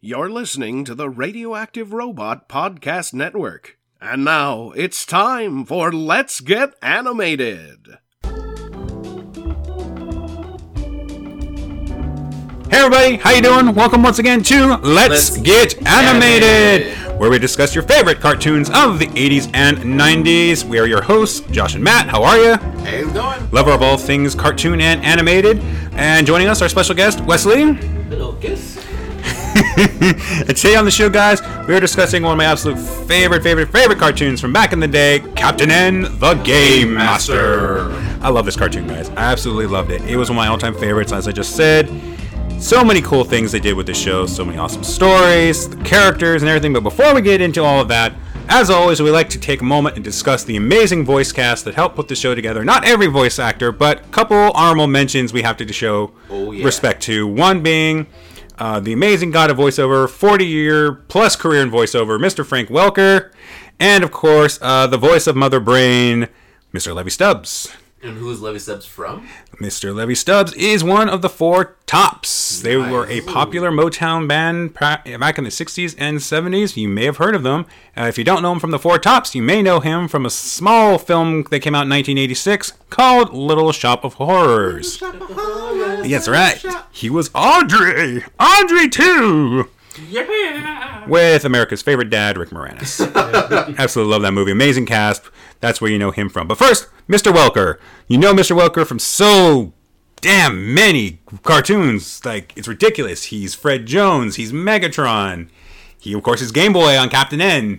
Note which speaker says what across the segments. Speaker 1: You're listening to the Radioactive Robot Podcast Network. And now it's time for Let's Get Animated.
Speaker 2: Hey everybody, how you doing? Welcome once again to Let's,
Speaker 3: Let's
Speaker 2: Get Animated,
Speaker 3: Animated.
Speaker 2: where we discuss your favorite cartoons of the 80s and 90s. We are your hosts, Josh and Matt. How are you?
Speaker 3: How's it going?
Speaker 2: Lover of all things cartoon and animated. And joining us, our special guest, Wesley.
Speaker 3: Little kiss.
Speaker 2: and today on the show, guys, we are discussing one of my absolute favorite, favorite, favorite cartoons from back in the day, Captain N, the Game Master. I love this cartoon, guys. I absolutely loved it. It was one of my all-time favorites, as I just said. So many cool things they did with the show, so many awesome stories, the characters, and everything. But before we get into all of that, as always, we like to take a moment and discuss the amazing voice cast that helped put the show together. Not every voice actor, but a couple honorable mentions we have to show
Speaker 3: Oh, yeah.
Speaker 2: respect to. One being uh, the amazing god of voiceover, 40 year plus career in voiceover, Mr. Frank Welker, and of course, uh, the voice of Mother Brain, Mr. Levy Stubbs.
Speaker 3: And who is Levi Stubbs from?
Speaker 2: Mr. Levy Stubbs is one of the four tops. They were a popular Motown band pra- back in the 60s and 70s. You may have heard of them. Uh, if you don't know him from the four tops, you may know him from a small film that came out in 1986 called Little Shop of Horrors. Yes, right. He was Audrey. Audrey too. Yeah. With America's favorite dad, Rick Moranis. Absolutely love that movie. Amazing cast. That's where you know him from. But first, Mr. Welker. You know Mr. Welker from so damn many cartoons. Like it's ridiculous. He's Fred Jones. He's Megatron. He of course is Game Boy on Captain N.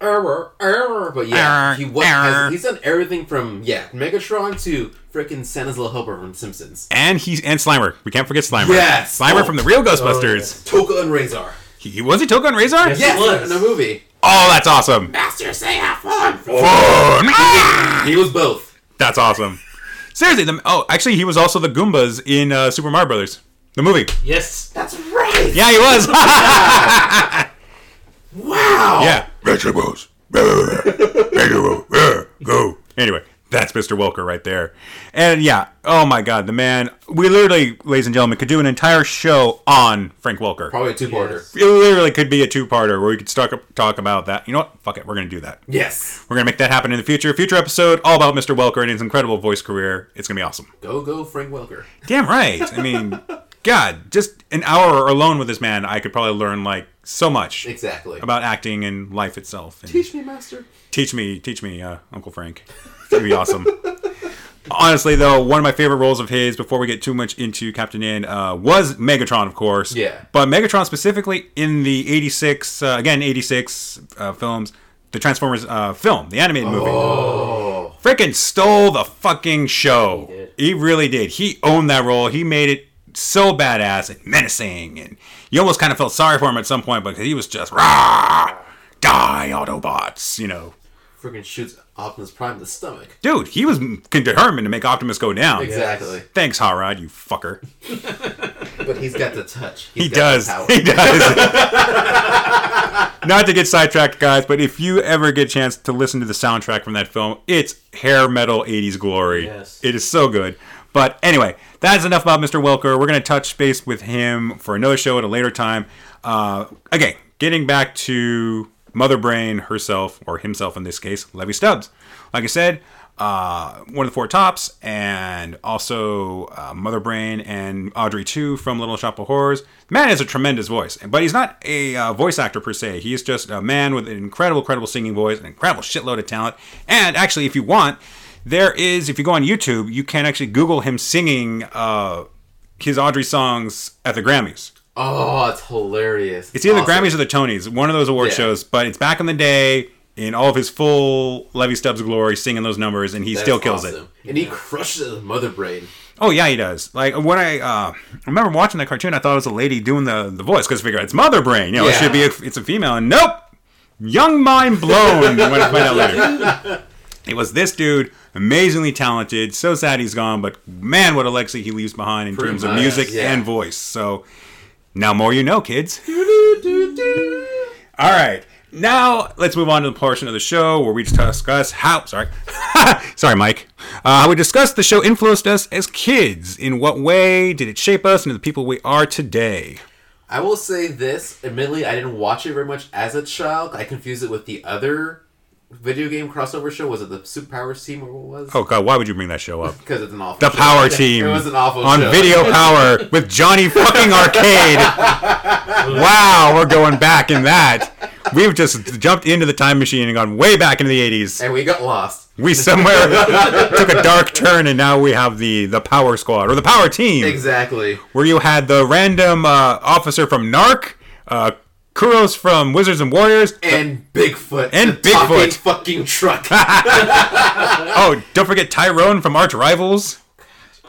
Speaker 3: Error, error. But yeah,
Speaker 2: Error,
Speaker 3: he was.
Speaker 2: error.
Speaker 3: He's done everything from yeah Megatron to freaking Santa's little helper from Simpsons.
Speaker 2: And he's and Slimer. We can't forget Slimer.
Speaker 3: Yes.
Speaker 2: Slimer
Speaker 3: Oh.
Speaker 2: from the real Ghostbusters.
Speaker 3: Toka and Razor.
Speaker 2: He he was he Token on Razor?
Speaker 4: Yes.
Speaker 3: Yes,
Speaker 4: was.
Speaker 3: in the movie.
Speaker 2: Oh, that's awesome.
Speaker 3: Master, say have fun.
Speaker 2: Oh,
Speaker 3: He was both.
Speaker 2: That's awesome. Seriously, the, oh, actually, he was also the Goombas in uh, Super Mario Brothers, the movie.
Speaker 4: Yes.
Speaker 3: That's right.
Speaker 2: Yeah, he was.
Speaker 3: Wow.
Speaker 2: yeah. Vegetables. Go. Anyway, that's Mr. Welker right there. And yeah, oh my God, the man. We literally, ladies and gentlemen, could do an entire show on Frank Welker.
Speaker 3: Probably a two-parter.
Speaker 2: It literally could be a two-parter where we could start, talk about that. You know what? Fuck it, we're gonna do that.
Speaker 3: Yes.
Speaker 2: We're gonna make that happen in the future. Future episode all about Mr. Welker and his incredible voice career. It's gonna be awesome.
Speaker 3: Go, go, Frank Welker.
Speaker 2: Damn right. I mean, God, just an hour alone with this man, I could probably learn like so much
Speaker 3: Exactly.
Speaker 2: about acting and life itself. And
Speaker 3: Teach me, Master.
Speaker 2: teach me, teach me, uh, Uncle Frank. It'd be awesome. Honestly, though, one of my favorite roles of his, before we get too much into Captain N, uh, was Megatron, of course.
Speaker 3: Yeah.
Speaker 2: But Megatron specifically in the 86, uh, again, 86 uh, films, the Transformers uh, film, the animated movie
Speaker 3: Oh.
Speaker 2: freaking stole the fucking show.
Speaker 4: He did.
Speaker 2: He, really did. He owned that role. He made it so badass and menacing, and you almost kind of felt sorry for him at some point because he was just rah, die Autobots. You know,
Speaker 3: Freaking shoots Optimus Prime in the stomach.
Speaker 2: dude, he was determined to make Optimus go down.
Speaker 3: Exactly.
Speaker 2: Thanks, Hot Rod, you fucker.
Speaker 3: But he's got the touch.
Speaker 2: He
Speaker 3: got the
Speaker 2: does.
Speaker 3: power.
Speaker 2: He does. Not to get sidetracked, guys, but if you ever get a chance to listen to the soundtrack from that film, it's hair metal 80s glory.
Speaker 4: Yes.
Speaker 2: It is so good. But anyway, that's enough about Mr. Welker. We're going to touch base with him for another show at a later time. Uh, okay, getting back to Mother Brain herself, or himself in this case, Levy Stubbs. Like I said, uh, one of the four tops, and also uh, Mother Brain and Audrey 2 from Little Shop of Horrors. The man has a tremendous voice, but he's not a uh, voice actor per se. He's just a man with an incredible, incredible singing voice, an incredible shitload of talent. And actually, if you want, there is, if you go on YouTube, you can actually Google him singing uh, his Audrey songs at the Grammys.
Speaker 3: Oh, it's hilarious.
Speaker 2: It's either
Speaker 3: Awesome.
Speaker 2: the Grammys or the Tonys, one of those award
Speaker 3: Yeah.
Speaker 2: shows. But it's back in the day in all of his full Levy Stubbs glory, singing those numbers, and he
Speaker 3: That's
Speaker 2: still kills it.
Speaker 3: awesome. And he crushes his mother brain.
Speaker 2: Oh yeah, he does. Like when I uh, remember watching that cartoon, I thought it was a lady doing the the voice because figure it's Mother Brain, you know, it
Speaker 3: Yeah.
Speaker 2: should be a, it's a female. And nope, young mind blown. when I find out later, it was this dude, amazingly talented. So sad he's gone, but man, what a legacy he leaves behind in
Speaker 3: Pretty
Speaker 2: terms of
Speaker 3: much,
Speaker 2: music
Speaker 3: yeah.
Speaker 2: and voice. So now more you know, kids. All right. Now let's move on to the portion of the show where we discuss how sorry, sorry, Mike. Uh, how we discuss the show influenced us as kids. In what way did it shape us into the people we are today?
Speaker 3: I will say this. Admittedly, I didn't watch it very much as a child. I confused it with the other video game crossover show. Was it the Superpowers team or what was?
Speaker 2: Oh God, why would you bring that show up?
Speaker 3: Because it's an awful
Speaker 2: The
Speaker 3: show.
Speaker 2: Power Team
Speaker 3: It was an awful
Speaker 2: on
Speaker 3: show.
Speaker 2: Video Power with Johnny fucking Arcade. wow, we're going back in that. We've just jumped into the time machine and gone way back into the '80s.
Speaker 3: And we got lost.
Speaker 2: We somewhere took a dark turn, and now we have the the Power Squad or the Power Team,
Speaker 3: Exactly.
Speaker 2: where you had the random uh, officer from Narc, uh, Kuros from Wizards and Warriors.
Speaker 3: And Bigfoot.
Speaker 2: And
Speaker 3: the talking
Speaker 2: Bigfoot.
Speaker 3: fucking truck.
Speaker 2: Oh, don't forget Tyrone from Arch Rivals,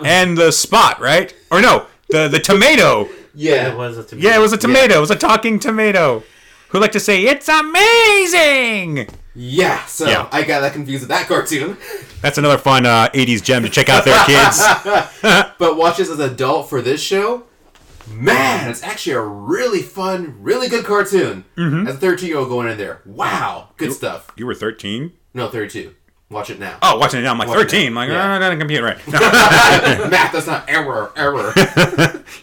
Speaker 2: and the Spot, right? Or no, the the tomato.
Speaker 4: It
Speaker 3: yeah.
Speaker 4: was a tomato.
Speaker 2: Yeah, it was a tomato. It was a talking tomato. Who like to say it's amazing?
Speaker 3: Yeah. So
Speaker 2: Yeah.
Speaker 3: I got that confused with that cartoon.
Speaker 2: That's another fun uh, '80s gem to check out there, kids.
Speaker 3: But watch this as an adult for this show. Man, it's actually a really fun, really good cartoon.
Speaker 2: Mm-hmm.
Speaker 3: As a 13 year old going in there. Wow. Good stuff.
Speaker 2: you were 13.
Speaker 3: No, 32. Watch it now.
Speaker 2: Oh, watching it now, I'm like
Speaker 3: Watching it.
Speaker 2: 13. I'm like, oh,
Speaker 3: Yeah.
Speaker 2: I didn't compute right. No.
Speaker 3: Math, that's not error, error.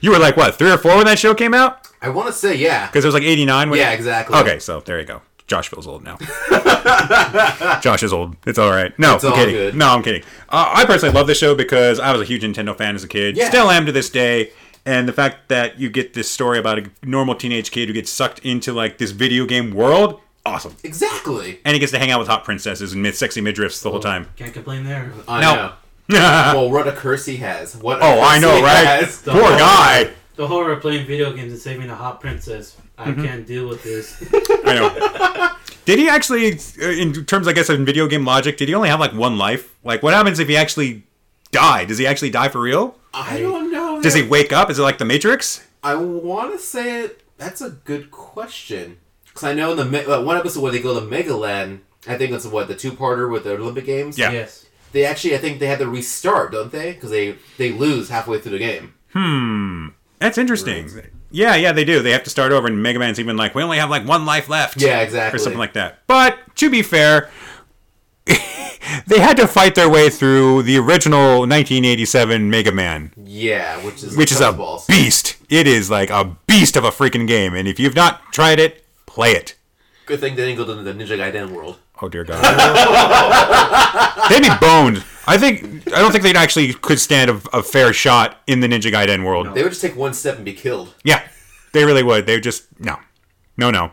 Speaker 2: you were like what, three or four when that show came out?
Speaker 3: I want to say, yeah.
Speaker 2: Because it was like '89. When
Speaker 3: Yeah, exactly.
Speaker 2: Okay, so there you go. Josh feels old now. Josh is old. It's all right. No, I'm
Speaker 3: all
Speaker 2: kidding.
Speaker 3: good.
Speaker 2: No, I'm kidding. Uh, I personally love this show because I was a huge Nintendo fan as a kid.
Speaker 3: Yeah.
Speaker 2: Still am to this day. And the fact that you get this story about a normal teenage kid who gets sucked into like this video game world, awesome.
Speaker 3: Exactly.
Speaker 2: And he gets to hang out with hot princesses and mid- sexy midriffs the whole time.
Speaker 4: Can't complain there.
Speaker 3: I
Speaker 2: No.
Speaker 3: know.
Speaker 2: oh,
Speaker 3: Well, what a curse he has. What a curse
Speaker 2: I know,
Speaker 3: he
Speaker 2: right?
Speaker 3: has.
Speaker 2: Poor guy.
Speaker 4: The horror of playing video games and saving a hot princess. I
Speaker 2: Mm-hmm.
Speaker 4: can't deal with this.
Speaker 2: I know. Did he actually, uh, in terms, I guess, of video game logic, did he only have like one life? Like, what happens if he actually died? Does he actually die for real?
Speaker 3: I don't know.
Speaker 2: Does he wake up? Is it like the Matrix?
Speaker 3: I want to say it. That's a good question. Because I know in the me- uh, one episode where they go to Megaland, I think it's what the two-parter with the Olympic Games.
Speaker 2: Yeah.
Speaker 4: Yes.
Speaker 3: They actually, I think they had to restart, don't they? Because they they lose halfway through the game.
Speaker 2: That's interesting. Yeah, yeah, they do. They have to start over, and Mega Man's even like, we only have like one life left.
Speaker 3: Yeah, exactly.
Speaker 2: Or something like that. But to be fair, they had to fight their way through the original 1987 Mega Man.
Speaker 3: Yeah, which is
Speaker 2: which is a
Speaker 3: balls.
Speaker 2: beast. It is like a beast of a freaking game, and if you've not tried it, play it.
Speaker 3: Good thing they didn't go to the Ninja Gaiden world.
Speaker 2: Oh dear God, they'd be boned. I think I don't think they would actually could stand a, a fair shot in the Ninja Gaiden world.
Speaker 3: They would just take one step and be killed.
Speaker 2: Yeah, they really would. They would just no, no, no.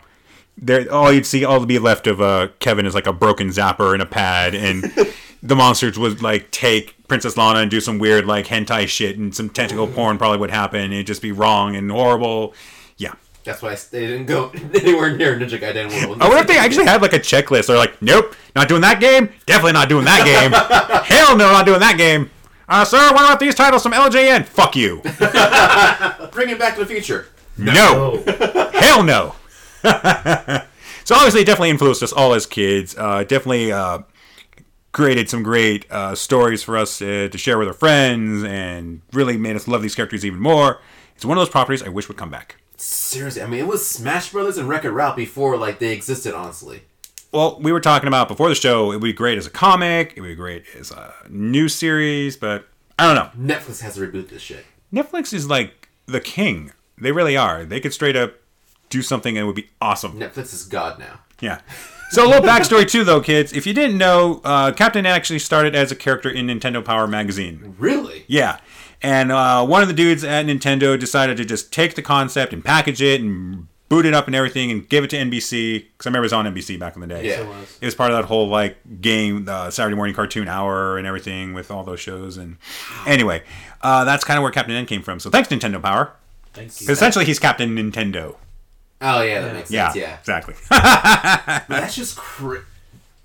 Speaker 2: There, all you'd see, all to be left of uh, Kevin is like a broken zapper and a pad, and the monsters would like take Princess Lana and do some weird like hentai shit, and some tentacle porn probably would happen. It'd just be wrong and horrible. Yeah.
Speaker 3: That's why they didn't go anywhere near Ninja Gaiden world.
Speaker 2: I wonder if they actually had like a checklist. They're like, nope, not doing that game. Definitely not doing that game. Hell no, not doing that game. Uh, sir, what about these titles from LJN? Fuck you.
Speaker 3: bring it back to the future.
Speaker 2: No.
Speaker 4: Oh.
Speaker 2: Hell no. so obviously, it definitely influenced us all as kids. Uh, definitely uh, created some great uh, stories for us uh, to share with our friends, and really made us love these characters even more. It's one of those properties I wish would come back.
Speaker 3: Seriously, I mean, it was Smash Brothers and Wreck-It Ralph before like they existed. Honestly,
Speaker 2: Well, we were talking about before the show. It would be great as a comic. It would be great as a new series, but I don't know.
Speaker 3: Netflix has to reboot this shit.
Speaker 2: Netflix is like the king. They really are. They could straight up do something and it would be awesome.
Speaker 3: Netflix is god now.
Speaker 2: Yeah. So a little backstory too, though, kids. If you didn't know, uh, Captain actually started as a character in Nintendo Power magazine.
Speaker 3: Really?
Speaker 2: Yeah, and uh, one of the dudes at Nintendo decided to just take the concept and package it and boot it up and everything and give it to NBC because I remember it was on NBC back in the day.
Speaker 3: Yeah.
Speaker 4: It was.
Speaker 2: It was part of that whole like game, uh, Saturday morning cartoon hour and everything with all those shows. And anyway, uh, that's kind of where Captain N came from. So thanks, Nintendo Power.
Speaker 4: Thank you.
Speaker 2: Essentially, he's Captain Nintendo.
Speaker 3: Oh yeah, that makes
Speaker 2: Yeah,
Speaker 3: sense. Yeah,
Speaker 2: exactly.
Speaker 3: Man, that's just cr-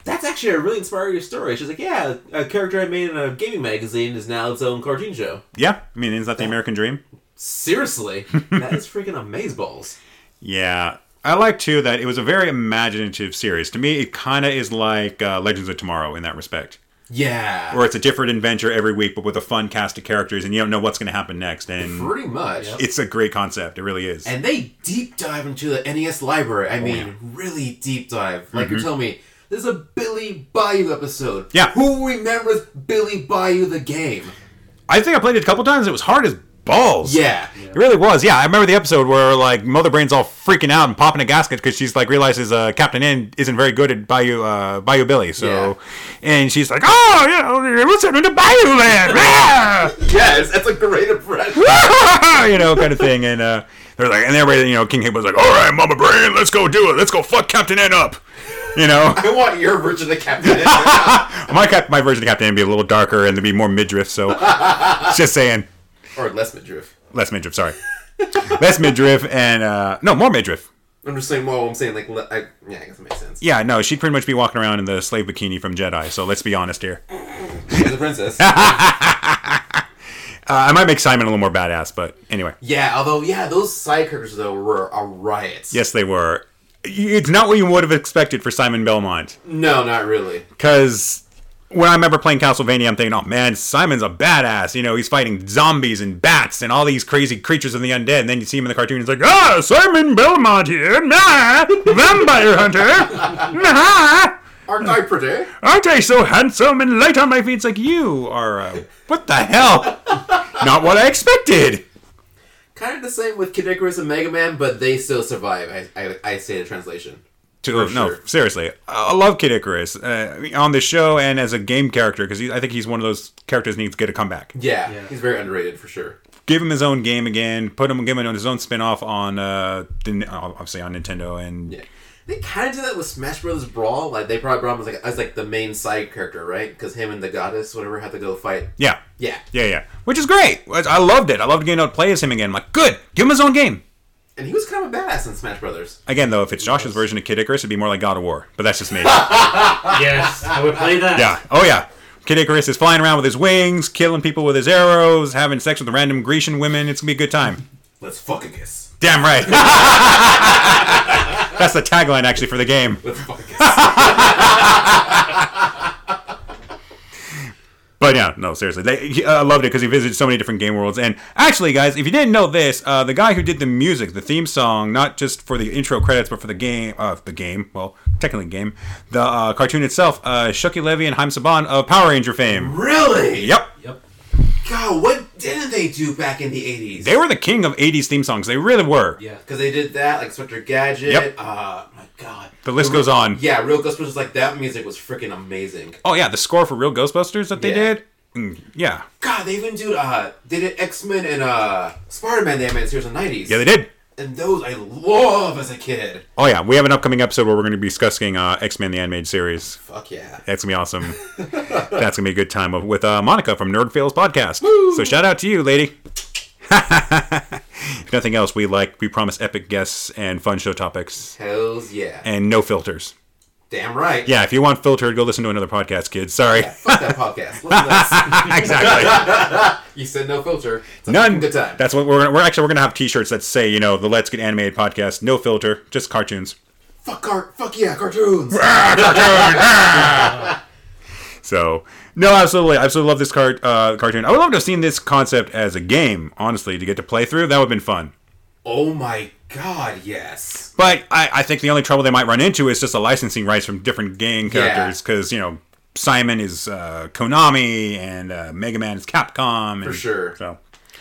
Speaker 3: that's actually a really inspiring story. It's just like, yeah, a character I made in a gaming magazine is now its own cartoon show.
Speaker 2: yeah, I mean, isn't that the American dream?
Speaker 3: Seriously, that is freaking amazeballs.
Speaker 2: Yeah. I like too that it was a very imaginative series. To me, it kind of is like uh, Legends of Tomorrow in that respect,
Speaker 3: Yeah,
Speaker 2: where it's a different adventure every week, but with a fun cast of characters, and you don't know what's going to happen next. And
Speaker 3: pretty much.
Speaker 2: it's a great concept. It really is.
Speaker 3: And they deep dive into the NES library. I mean, really deep dive. Like you're telling me, there's a Billy Bayou episode.
Speaker 2: Yeah.
Speaker 3: Who remembers Billy Bayou the game?
Speaker 2: I think I played it a couple times. It was hard as balls.
Speaker 3: Yeah.
Speaker 2: It really was. Yeah, I remember the episode where like Mother Brain's all freaking out and popping a gasket because she's like realizes uh, Captain N isn't very good at Bayou uh, Bayou Billy. So, and she's like, oh, you know, what's happening to Bayou Land? Ah!
Speaker 3: Yes, that's a great impression.
Speaker 2: you know, kind of thing. And uh, they're like, and everybody, you know, King Hip was like, all right, Mama Brain, let's go do it. Let's go fuck Captain N up. You know,
Speaker 3: I want your version of Captain N
Speaker 2: my cap- my version of Captain N would be a little darker and there'd be more midriff. So, just saying,
Speaker 3: or less midriff.
Speaker 2: less midriff. Sorry, less midriff and uh, no more midriff.
Speaker 3: I'm just saying. Well, I'm saying like, le- I, yeah, I guess it makes sense.
Speaker 2: Yeah, no, she'd pretty much be walking around in the slave bikini from Jedi. So let's be honest here. Uh,
Speaker 3: She's a princess.
Speaker 2: I might make Simon a little more badass, but anyway,
Speaker 3: yeah, although yeah, those side characters though were a riot.
Speaker 2: yes, they were. It's not what you would have expected for Simon Belmont,
Speaker 3: No, not really.
Speaker 2: because when I remember playing Castlevania, I'm thinking, oh man, Simon's a badass. You know, he's fighting zombies and bats and all these crazy creatures of the undead. And then you see him in the cartoon, it's like, ah, Simon Belmont here, nah, vampire hunter, nah.
Speaker 3: Aren't I pretty?
Speaker 2: Aren't I so handsome and light on my feet? It's like you are. Uh, what the hell? Not what I expected.
Speaker 3: Kind of the same with Kid Icarus and Mega Man, but they still survive. I, I, I say the translation.
Speaker 2: To,
Speaker 3: For
Speaker 2: No,
Speaker 3: sure.
Speaker 2: seriously, I I love Kid Icarus uh, on the show and as a game character because I think he's one of those characters that needs to get a comeback.
Speaker 3: Yeah,
Speaker 4: Yeah.
Speaker 3: he's very underrated for sure.
Speaker 2: Give him his own game again. Put him, give him his own spin off on, uh, the, obviously on Nintendo and
Speaker 3: Yeah. They kind of did that with Smash Brothers Brawl. Like they probably brought him as like, as like the main side character, right? Because him and the goddess, whatever, had to go fight.
Speaker 2: yeah,
Speaker 3: Yeah,
Speaker 2: yeah, yeah, which is great. I I loved it. I loved getting out to play as him again. I'm like, good. Give him his own game.
Speaker 3: and he was kind of a badass in Smash Brothers.
Speaker 2: Again, though, if it's Josh's version of Kid Icarus, it'd be more like God of War, but that's just me.
Speaker 4: Yes, I would play that.
Speaker 2: Yeah. Oh yeah. Kid Icarus is flying around with his wings, killing people with his arrows, having sex with random Grecian women. It's gonna be a good time.
Speaker 3: Let's fuck a kiss.
Speaker 2: Damn right. That's the tagline actually for the game.
Speaker 3: Let's fuck a kiss.
Speaker 2: But yeah, no, seriously, they, he- uh, I loved it because he visited so many different game worlds. And actually, guys, if you didn't know this, uh, the guy who did the music, the theme song, not just for the intro credits, but for the game, uh, the game, well, technically game, the uh, cartoon itself, uh, Shuki Levy and Haim Saban of Power Ranger fame.
Speaker 3: really?
Speaker 2: Yep.
Speaker 4: Yep.
Speaker 3: God, what didn't they do back in the eighties?
Speaker 2: They were the king of 80s theme songs. They really were.
Speaker 4: Yeah.
Speaker 3: because they did that, like Inspector Gadget.
Speaker 2: Yep.
Speaker 3: Uh, my God.
Speaker 2: The list goes on.
Speaker 3: Yeah, Real Ghostbusters like that music was freaking amazing.
Speaker 2: Oh yeah, the score for Real Ghostbusters that they
Speaker 3: Yeah.
Speaker 2: did. Mm, yeah,
Speaker 3: God, they even do uh, they did X Men and uh, Spider Man. They made series in the nineties.
Speaker 2: yeah, they did.
Speaker 3: And those I love as a kid.
Speaker 2: Oh yeah, we have an upcoming episode where we're going to be discussing uh, X Men: The Animated Series.
Speaker 3: Fuck yeah.
Speaker 2: That's gonna be awesome. That's gonna be a good time of- with uh, Monica from Nerd Fails Podcast. So shout out to you, lady. if nothing else, we like we promise epic guests and fun show topics
Speaker 3: Hells yeah.
Speaker 2: and no filters.
Speaker 3: Damn right.
Speaker 2: Yeah, if you want filtered, go listen to another podcast, kids. Sorry.
Speaker 3: Fuck that podcast. Listen to that.
Speaker 2: exactly.
Speaker 3: you said no filter. It's a
Speaker 2: None.
Speaker 3: fucking Good time.
Speaker 2: That's what we're gonna, we're actually we're gonna have T-shirts that say you know the Let's Get Animated Podcast, no filter, just cartoons.
Speaker 3: Fuck car. Fuck yeah, cartoons.
Speaker 2: So no, absolutely, I absolutely love this cart, uh, cartoon. I would love to have seen this concept as a game, honestly, to get to play through. That would have been fun.
Speaker 3: oh my god, yes.
Speaker 2: But I, I think the only trouble they might run into is just the licensing rights from different game characters, because you know Simon is uh, Konami and uh, Mega Man is Capcom. And,
Speaker 3: For sure.
Speaker 2: So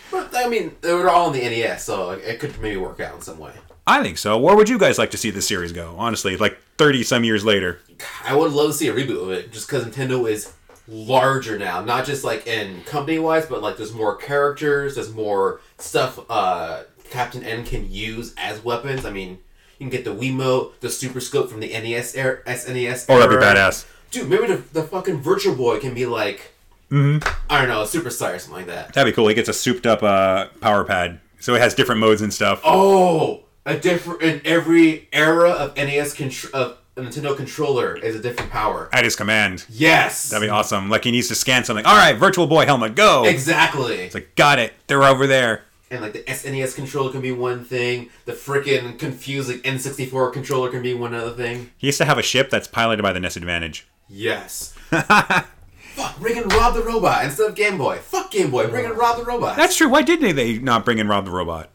Speaker 3: But I mean, they were all in the NES, so like, it could maybe work out in some way.
Speaker 2: I think so. Where would you guys like to see this series go? Honestly, like thirty some years later.
Speaker 3: I would love to see a reboot of it, just because Nintendo is larger now, not just like in company wise, but like there's more characters, there's more stuff uh, Captain N can use as weapons. I mean, you can get the Wiimote, the Super Scope from the E NES era, SNES.
Speaker 2: Oh, that'd be
Speaker 3: era.
Speaker 2: badass.
Speaker 3: Dude, maybe the, the fucking Virtual Boy can be like,
Speaker 2: Mm-hmm.
Speaker 3: I don't know, a superstar or something like that.
Speaker 2: That'd be cool. He gets a souped up uh, power pad, so it has different modes and stuff.
Speaker 3: Oh, a different in every era of NES contr- of Nintendo controller is a different power.
Speaker 2: At his command.
Speaker 3: Yes,
Speaker 2: That'd be awesome. Like he needs to scan something. All right, virtual boy helmet, go. It's
Speaker 3: exactly.
Speaker 2: like got it. They're over there.
Speaker 3: and like the SNES controller can be one thing, the freaking confusing N64 controller can be one other thing.
Speaker 2: He used to have a ship that's piloted by the disadvantage.
Speaker 3: Yes. Fuck, bring in Rob the Robot instead of Game Boy. Fuck Game Boy, bring in Rob the Robot.
Speaker 2: That's true. Why didn't they not bring in Rob the Robot?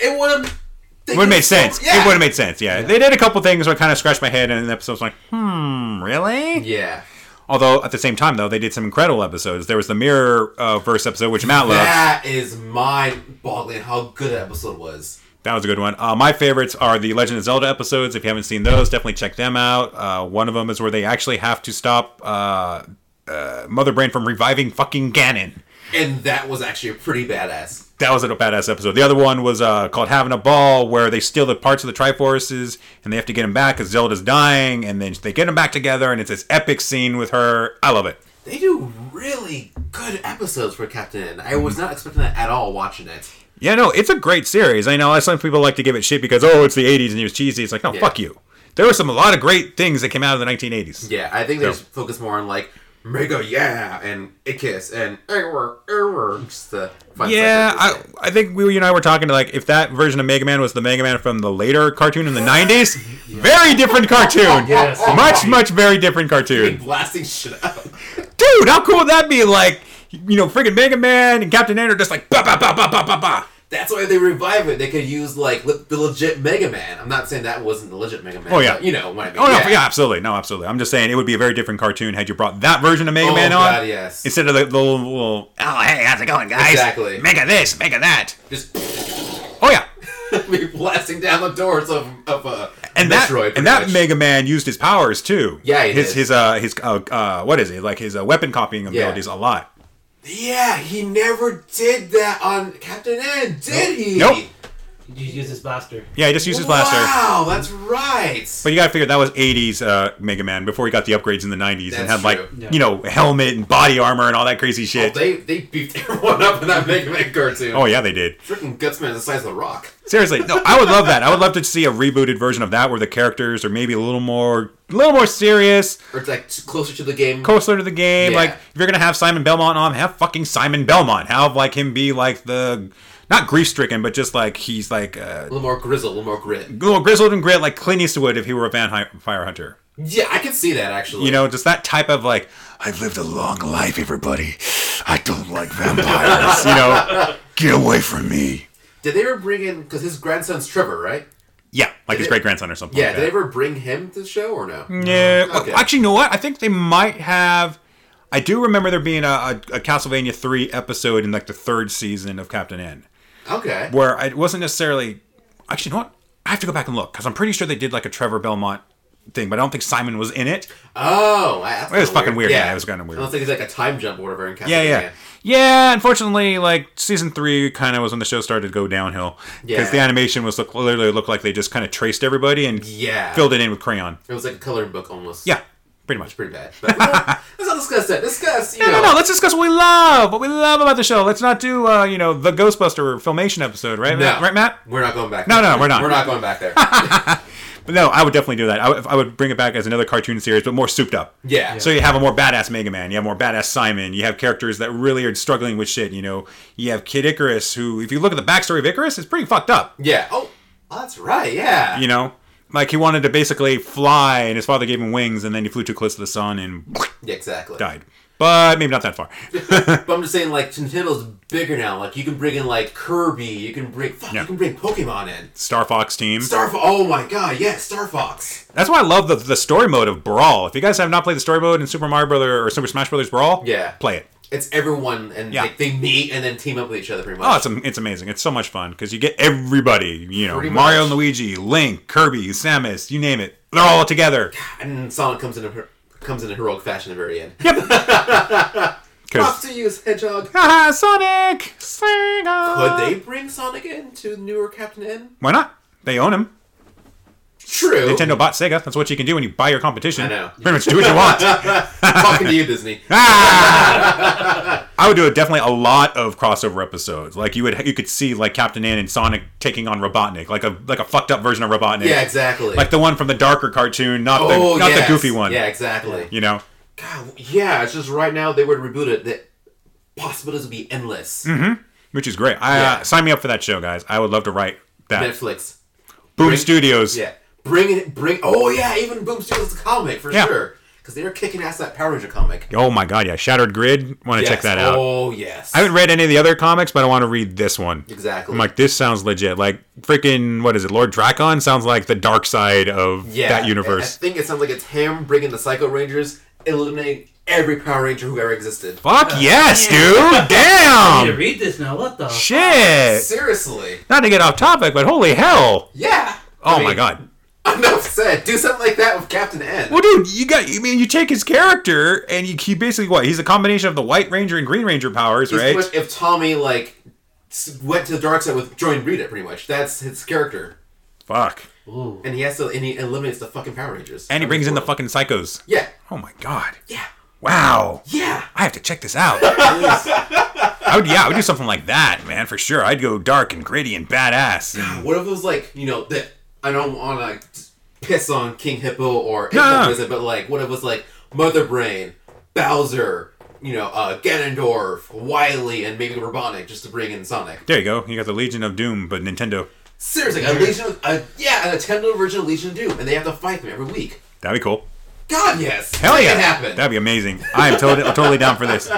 Speaker 3: it would have.
Speaker 2: It would have made sense. It would have made sense. Yeah. they did a couple things where I kind of scratched my head, and the episode's like, hmm, really?
Speaker 3: Yeah.
Speaker 2: Although at the same time, though, they did some incredible episodes. There was the Mirror uh, Verse episode, which Matt loved.
Speaker 3: That is mind-boggling how good that episode was.
Speaker 2: That was a good one. Uh, my favorites are the Legend of Zelda episodes. If you haven't seen those, definitely check them out. Uh, one of them is where they actually have to stop uh, uh, Mother Brain from reviving fucking Ganon.
Speaker 3: And that was actually pretty badass.
Speaker 2: That was a badass episode. The other one was uh, called Having a Ball, where they steal the parts of the Triforces and they have to get them back because Zelda's dying, and then they get them back together, and it's this epic scene with her. I love it.
Speaker 3: They do really good episodes for Captain N. I was not expecting that at all watching it.
Speaker 2: Yeah, no, it's a great series. I know some people like to give it shit because oh, it's the '80s and it was cheesy. It's like no,
Speaker 3: Yeah.
Speaker 2: fuck you. There were some a lot of great things that came out of the 1980s.
Speaker 3: Yeah, I think they just focus more on like Mega Yeah and Ickis and Error Error. Just the fun
Speaker 2: Yeah,
Speaker 3: stuff.
Speaker 2: I, I think we, you and I were talking to like if that version of Mega Man was the Mega Man from the later cartoon in the '90s, very different cartoon.
Speaker 4: Yes.
Speaker 2: much much very different
Speaker 3: They
Speaker 2: cartoon.
Speaker 3: blasting shit up.
Speaker 2: Dude, how cool would that be? Like, you know, friggin' Mega Man and Captain N are just like ba ba ba ba ba ba ba.
Speaker 3: That's why they revive it. They could use like le- the legit Mega Man. I'm not saying that wasn't the legit Mega Man.
Speaker 2: Oh, yeah.
Speaker 3: but you know what I mean.
Speaker 2: Oh no, yeah. absolutely, no, absolutely. I'm just saying it would be a very different cartoon had you brought that version of Mega
Speaker 3: Oh,
Speaker 2: Man on
Speaker 3: God, yes.
Speaker 2: instead of the, the little, little. Oh hey, how's it going, guys?
Speaker 3: Exactly.
Speaker 2: Mega this, mega that.
Speaker 3: Just
Speaker 2: Oh yeah.
Speaker 3: be blasting down the doors of of uh,
Speaker 2: and that
Speaker 3: Metroid. pretty
Speaker 2: and that
Speaker 3: much.
Speaker 2: Mega Man used his powers too.
Speaker 3: Yeah, he
Speaker 2: his
Speaker 3: did.
Speaker 2: his uh his uh, uh what is it like his uh, weapon copying abilities a lot.
Speaker 3: Yeah, he never did that on Captain N, did he?
Speaker 2: Nope.
Speaker 4: You use this blaster.
Speaker 2: Yeah, he just used his blaster.
Speaker 3: Wow, that's right.
Speaker 2: But you gotta figure that was '80s uh, Mega Man before he got the upgrades in the '90s and had
Speaker 3: That's
Speaker 2: like
Speaker 3: true.
Speaker 4: Yeah.
Speaker 2: you know helmet and body armor and all that crazy shit.
Speaker 3: Oh, they they beefed everyone up in that Mega Man cartoon.
Speaker 2: oh yeah, they did.
Speaker 3: Freaking Gutsman is the size of the rock.
Speaker 2: Seriously, no, I would love that. I would love to see a rebooted version of that where the characters are maybe a little more, a little more serious,
Speaker 3: Or it's like t- closer to the game.
Speaker 2: closer to the game.
Speaker 3: Yeah.
Speaker 2: Like if you're gonna have Simon Belmont on, have fucking Simon Belmont. Have like him be like the not grief stricken, but just like he's like uh,
Speaker 3: a little more grizzle, a little more grit.
Speaker 2: little grizzled and grit like Clint Eastwood if he were a vampire hunter.
Speaker 3: Yeah, I can see that actually.
Speaker 2: You know, just that type of like,
Speaker 5: I've lived a long life, everybody. I don't like vampires. you know, get away from me.
Speaker 3: did they ever bring in because his grandson's Trevor, right?
Speaker 2: yeah, like his
Speaker 3: They-
Speaker 2: great grandson or something.
Speaker 3: Yeah,
Speaker 2: like
Speaker 3: did they
Speaker 2: that.
Speaker 3: ever bring him to the show or no?
Speaker 2: Yeah. well,
Speaker 3: Okay.
Speaker 2: Actually, you know what? I think they might have. I do remember there being a, a, a Castlevania 3 episode in like the third season of Captain N,
Speaker 3: Okay.
Speaker 2: where it wasn't necessarily. Actually, you know what? I have to go back and look because I'm pretty sure they did like a Trevor Belmont thing, but I don't think Simon was in it.
Speaker 3: Oh, I- that's
Speaker 2: It was
Speaker 3: kinda
Speaker 2: fucking weird, yeah, it was kinda weird.
Speaker 3: I don't think it's like a time jump or whatever in Captain
Speaker 2: Yeah, yeah.
Speaker 3: Man.
Speaker 2: Yeah, unfortunately, like season three kind of was when the show started to go downhill because
Speaker 3: Yeah.
Speaker 2: the animation was look, literally looked like they just kind of traced everybody and
Speaker 3: Yeah.
Speaker 2: filled it in with crayon.
Speaker 3: It was like a coloring book almost.
Speaker 2: Yeah, pretty much.
Speaker 3: It's pretty bad. But you know, let's not discuss that. Discuss, you
Speaker 2: No,
Speaker 3: know.
Speaker 2: no, no. Let's discuss what we love, what we love about the show. Let's not do, uh, you know, the Ghostbuster filmation episode, right? Matt? Right, Matt?
Speaker 3: We're not going back.
Speaker 2: No,
Speaker 3: there.
Speaker 2: no, we're not.
Speaker 3: We're not going back there.
Speaker 2: But no, I would definitely do that. I would, I would bring it back as another cartoon series, but more souped up.
Speaker 3: Yeah.
Speaker 2: So you have a more badass Mega Man, you have more badass Simon, you have characters that really are struggling with shit. You know, you have Kid Icarus, who, if you look at the backstory of Icarus, is pretty fucked up.
Speaker 3: yeah. Oh, that's right. Yeah.
Speaker 2: You know, like he wanted to basically fly, and his father gave him wings, and then he flew too close to the sun and
Speaker 3: Yeah, exactly.
Speaker 2: died. But maybe not that far.
Speaker 3: But I'm just saying, like Nintendo's bigger now. Like you can bring in like Kirby. You can bring fuck.
Speaker 2: Yeah.
Speaker 3: You can bring Pokemon in.
Speaker 2: Star Fox team.
Speaker 3: Star. Fo- oh my god. Yeah, Star Fox.
Speaker 2: That's why I love the, the story mode of Brawl. If you guys have not played the story mode in Super Mario Brother or Super Smash Brothers Brawl,
Speaker 3: Yeah.
Speaker 2: play it.
Speaker 3: It's everyone, and
Speaker 2: Yeah.
Speaker 3: like, they meet and then team up with each other pretty much.
Speaker 2: Oh, it's am- it's amazing. It's so much fun because you get everybody. You know,
Speaker 3: Pretty
Speaker 2: Mario
Speaker 3: much.
Speaker 2: and Luigi, Link, Kirby, Samus, you name it. They're all together.
Speaker 3: and Sonic comes in a her- comes in a heroic fashion at the very end. Props
Speaker 2: Because
Speaker 3: to you, Hedgehog.
Speaker 2: haha, Sonic, sing on.
Speaker 3: Could they bring Sonic in to newer Captain N?
Speaker 2: Why not? They own him.
Speaker 3: True.
Speaker 2: Nintendo bought Sega. That's what you can do when you buy your competition.
Speaker 3: I know.
Speaker 2: Pretty much do what you want.
Speaker 3: Talking to you, Disney.
Speaker 2: I would do a, definitely a lot of crossover episodes. Like you would, you could see like Captain N and Sonic taking on Robotnik, like a like a fucked up version of Robotnik.
Speaker 3: Yeah, exactly.
Speaker 2: Like the one from the darker cartoon, not the
Speaker 3: oh,
Speaker 2: not
Speaker 3: yes.
Speaker 2: the goofy one.
Speaker 3: Yeah, exactly.
Speaker 2: You know,
Speaker 3: God, yeah, it's just right now they would reboot it. That possibilities would be endless.
Speaker 2: Mm, which is great. I,
Speaker 3: Yeah.
Speaker 2: uh, sign me up for that show, guys. I would love to write that.
Speaker 3: Netflix.
Speaker 2: Boom
Speaker 3: bring-
Speaker 2: Studios.
Speaker 3: Yeah, bring it. Bring. Oh yeah, even Boom Studios comic for
Speaker 2: Yeah.
Speaker 3: sure. Because they're kicking ass that Power Ranger comic.
Speaker 2: Oh my god, yeah. Shattered Grid. Want to
Speaker 3: Yes.
Speaker 2: check that out?
Speaker 3: Oh yes.
Speaker 2: I haven't read any of the other comics, but I want to read this one.
Speaker 3: exactly.
Speaker 2: I'm like, this sounds legit. Like freaking, what is it? Lord Drakon sounds like the dark side of
Speaker 3: yeah,
Speaker 2: that
Speaker 3: I- I
Speaker 2: universe.
Speaker 3: think it sounds like it's him bringing the Psycho Rangers, eliminating every Power Ranger who ever existed.
Speaker 2: Fuck yes, dude.
Speaker 4: I need to
Speaker 2: Damn.
Speaker 4: read this now. What the?
Speaker 2: Shit.
Speaker 3: Seriously.
Speaker 2: Not to get off topic, but holy hell.
Speaker 3: Yeah.
Speaker 2: Oh
Speaker 3: I mean,
Speaker 2: my god.
Speaker 3: Enough said. Do something like that with Captain N.
Speaker 2: Well, dude, you got. I mean, you take his character and you, he basically what? He's a combination of the White Ranger and Green Ranger powers,
Speaker 3: He's
Speaker 2: right?
Speaker 3: pretty much if Tommy like s- went to the dark side with joined Rita, pretty much. That's his character,
Speaker 2: Fuck.
Speaker 4: Ooh.
Speaker 3: and he has to and he eliminates the fucking Power Rangers.
Speaker 2: And he brings in the
Speaker 3: World.
Speaker 2: fucking psychos.
Speaker 3: Yeah,
Speaker 2: Oh my god.
Speaker 3: yeah,
Speaker 2: Wow.
Speaker 3: yeah.
Speaker 2: I have to check this out. I would, yeah, I would do something like that, man, for sure. I'd go dark and gritty and badass. and-
Speaker 3: What if it was like you know that I don't want to like, t- piss on King Hippo or
Speaker 2: No, no, no.
Speaker 3: Visit, but like what if it was like Mother Brain, Bowser, you know, uh, Ganondorf, Wily, and maybe Robotnik just to bring in Sonic.
Speaker 2: There you go. You got the Legion of Doom, but Nintendo.
Speaker 3: Seriously, a Legion, of, a, yeah, a Nintendo original Legion of Doom, and they have to fight them every week.
Speaker 2: That'd be cool.
Speaker 3: God, yes,
Speaker 2: Hell
Speaker 3: Make
Speaker 2: yeah.
Speaker 3: it happen.
Speaker 2: That'd be amazing. I am totally, totally down for this.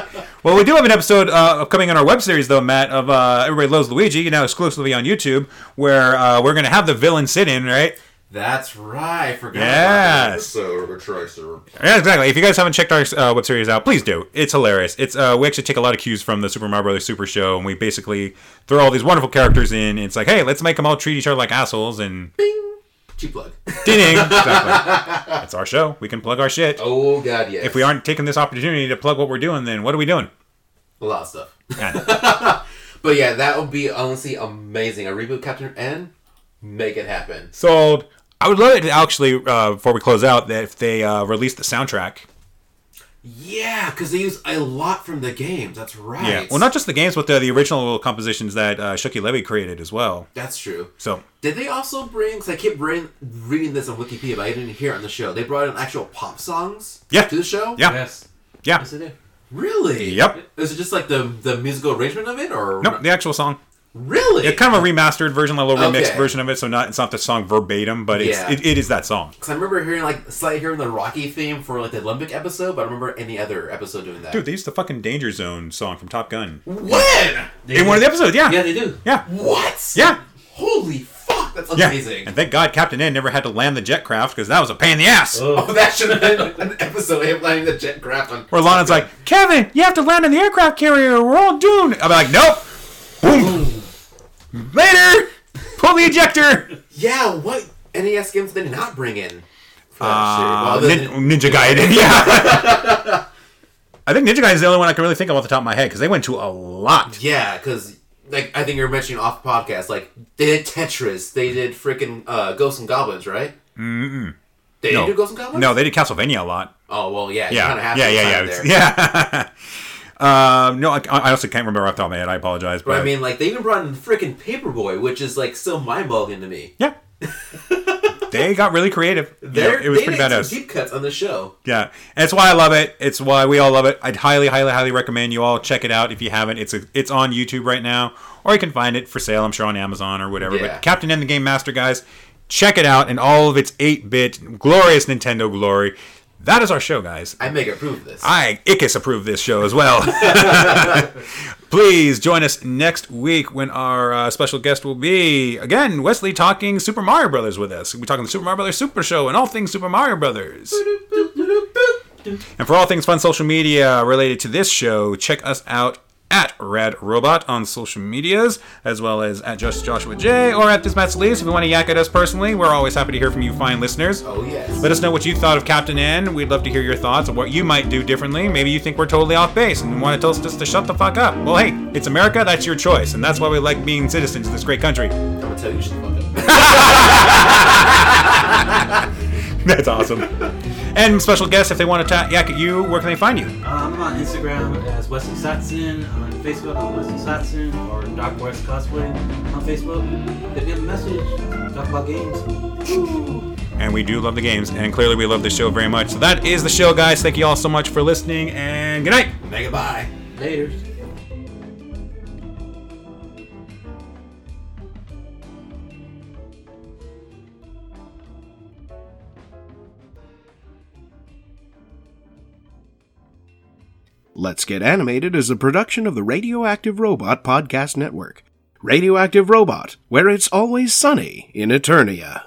Speaker 2: Well, we do have an episode uh, coming on our web series, though, Matt, of uh, Everybody Loves Luigi, now exclusively on YouTube, where uh, we're going to have the villain sit in, right?
Speaker 3: That's right. I forgot.
Speaker 2: Yes.
Speaker 3: So we're trying to.
Speaker 2: Yeah, exactly. If you guys haven't checked our uh, web series out, please do. It's hilarious. It's uh, we actually take a lot of cues from the Super Mario Brothers Super Show, and we basically throw all these wonderful characters in. And it's like, hey, let's make them all treat each other like assholes, and
Speaker 3: Cheap plug.
Speaker 2: ding, exactly. It's our show. We can plug our shit.
Speaker 3: Oh God, yes.
Speaker 2: If we aren't taking this opportunity to plug what we're doing, then what are we doing?
Speaker 3: a lot of stuff.
Speaker 2: Yeah.
Speaker 3: But yeah, that would be honestly amazing. A reboot Captain N, make it happen.
Speaker 2: Sold. I would love it to actually, uh, before we close out, that if they uh, release the soundtrack.
Speaker 3: Yeah, because they use a lot from the games. That's right.
Speaker 2: Yeah. Well, not just the games, but the, the original compositions that uh, Shuki Levy created as well.
Speaker 3: That's true.
Speaker 2: So
Speaker 3: Did they also bring? Because I keep reading, reading this on Wikipedia, but I didn't hear it on the show. They brought in actual pop songs.
Speaker 2: Yeah.
Speaker 3: To the show.
Speaker 2: Yeah.
Speaker 4: Yes.
Speaker 2: yeah.
Speaker 4: Yes, it is.
Speaker 3: Really.
Speaker 2: Yep.
Speaker 3: Is it just like the the musical arrangement of it, or
Speaker 2: Nope, the actual song.
Speaker 3: Really.
Speaker 2: It's kind of a remastered version, a little remixed
Speaker 3: Okay.
Speaker 2: version of it. So not it's not the song verbatim, but it's
Speaker 3: Yeah.
Speaker 2: it, it is that song.
Speaker 3: Because I remember hearing like slightly hearing the Rocky theme for like the Olympic episode, but I don't remember any other episode doing that.
Speaker 2: Dude, they used the fucking Danger Zone song from Top Gun
Speaker 3: when?
Speaker 4: They
Speaker 2: in one of
Speaker 4: do.
Speaker 2: the episodes. Yeah,
Speaker 4: Yeah,
Speaker 2: yeah,
Speaker 4: they do.
Speaker 2: yeah.
Speaker 3: What?
Speaker 2: Yeah.
Speaker 3: Holy fuck! That's amazing.
Speaker 2: And thank God Captain N never had to land the jet craft because that was a pain in the ass.
Speaker 4: Oh,
Speaker 3: Oh, that should have been an episode of him landing the jet craft on.
Speaker 2: Where Lana's like, Kevin, you have to land on the aircraft carrier. We're all doomed. I'm like, nope. Boom. Later. Pull the ejector.
Speaker 3: Yeah. What NES games did they not bring in? for that shit? Well,
Speaker 2: Uh,
Speaker 3: other
Speaker 2: Nin-
Speaker 3: than-
Speaker 2: Ninja Gaiden. Yeah. I think Ninja Gaiden is the only one I can really think of off the top of my head because they went to a lot.
Speaker 3: yeah, because like I think you were mentioning off podcast, like they did Tetris, they did freaking uh, Ghosts and Goblins, right? Mm-mm. They
Speaker 2: No.
Speaker 3: didn't do Ghosts and Goblins.
Speaker 2: No, they did Castlevania a lot.
Speaker 3: Oh well, yeah. you kinda
Speaker 2: yeah,
Speaker 3: have
Speaker 2: yeah,
Speaker 3: to
Speaker 2: yeah,
Speaker 3: decide
Speaker 2: yeah,
Speaker 3: there.
Speaker 2: yeah. um, no, I, I also can't remember off the top of my head. I apologize, but,
Speaker 3: But I mean, like they even brought in freaking Paperboy, which is like still mind boggling to me.
Speaker 2: yeah, they got really creative. You know,
Speaker 3: They're-
Speaker 2: it was
Speaker 3: they
Speaker 2: pretty
Speaker 3: made some
Speaker 2: badass.
Speaker 3: Deep cuts on the show.
Speaker 2: Yeah, and it's why I love it. It's why we all love it. I'd highly, highly, highly recommend you all check it out if you haven't. It's a, it's on YouTube right now, or you can find it for sale. I'm sure on Amazon or whatever.
Speaker 3: Yeah.
Speaker 2: But Captain and the Game Master, guys, check it out in all of its 8-bit glorious Nintendo glory. That is our show, guys.
Speaker 3: I make it prove this.
Speaker 2: I, Ickis, approve this show as well. Please join us next week when our uh, special guest will be, again, Wesley talking Super Mario Brothers with us. We'll be talking the Super Mario Brothers Super Show and all things Super Mario Brothers. And for all things fun social media related to this show, check us out at Red Robot on social medias, as well as at Just Joshua J or at This Matt Solis. If you want to yak at us personally, we're always happy to hear from you fine listeners.
Speaker 3: oh yes.
Speaker 2: Let us know what you thought of Captain N. We'd love to hear your thoughts and what you might do differently. Maybe you think we're totally off base and want to tell us just to shut the fuck up. Well, hey, it's America. That's your choice, and that's why we like being citizens of this great country.
Speaker 3: I'm gonna tell you, you should fuck up.
Speaker 2: That's awesome. and special guests, if they want to ta- yak at you, where can they find you?
Speaker 4: Um, I'm on Instagram as Wesley Satson, on Facebook on Wesley Satson, or Dark West Cosplay on Facebook. Hit me up a message, talk about games.
Speaker 2: And we do love the games, and clearly we love the show very much. So that is the show, guys. Thank you all so much for listening, and good night.
Speaker 3: Mega bye.
Speaker 4: Later.
Speaker 1: Let's Get Animated is a production of the Radioactive Robot Podcast Network. Radioactive Robot, where it's always sunny in Eternia.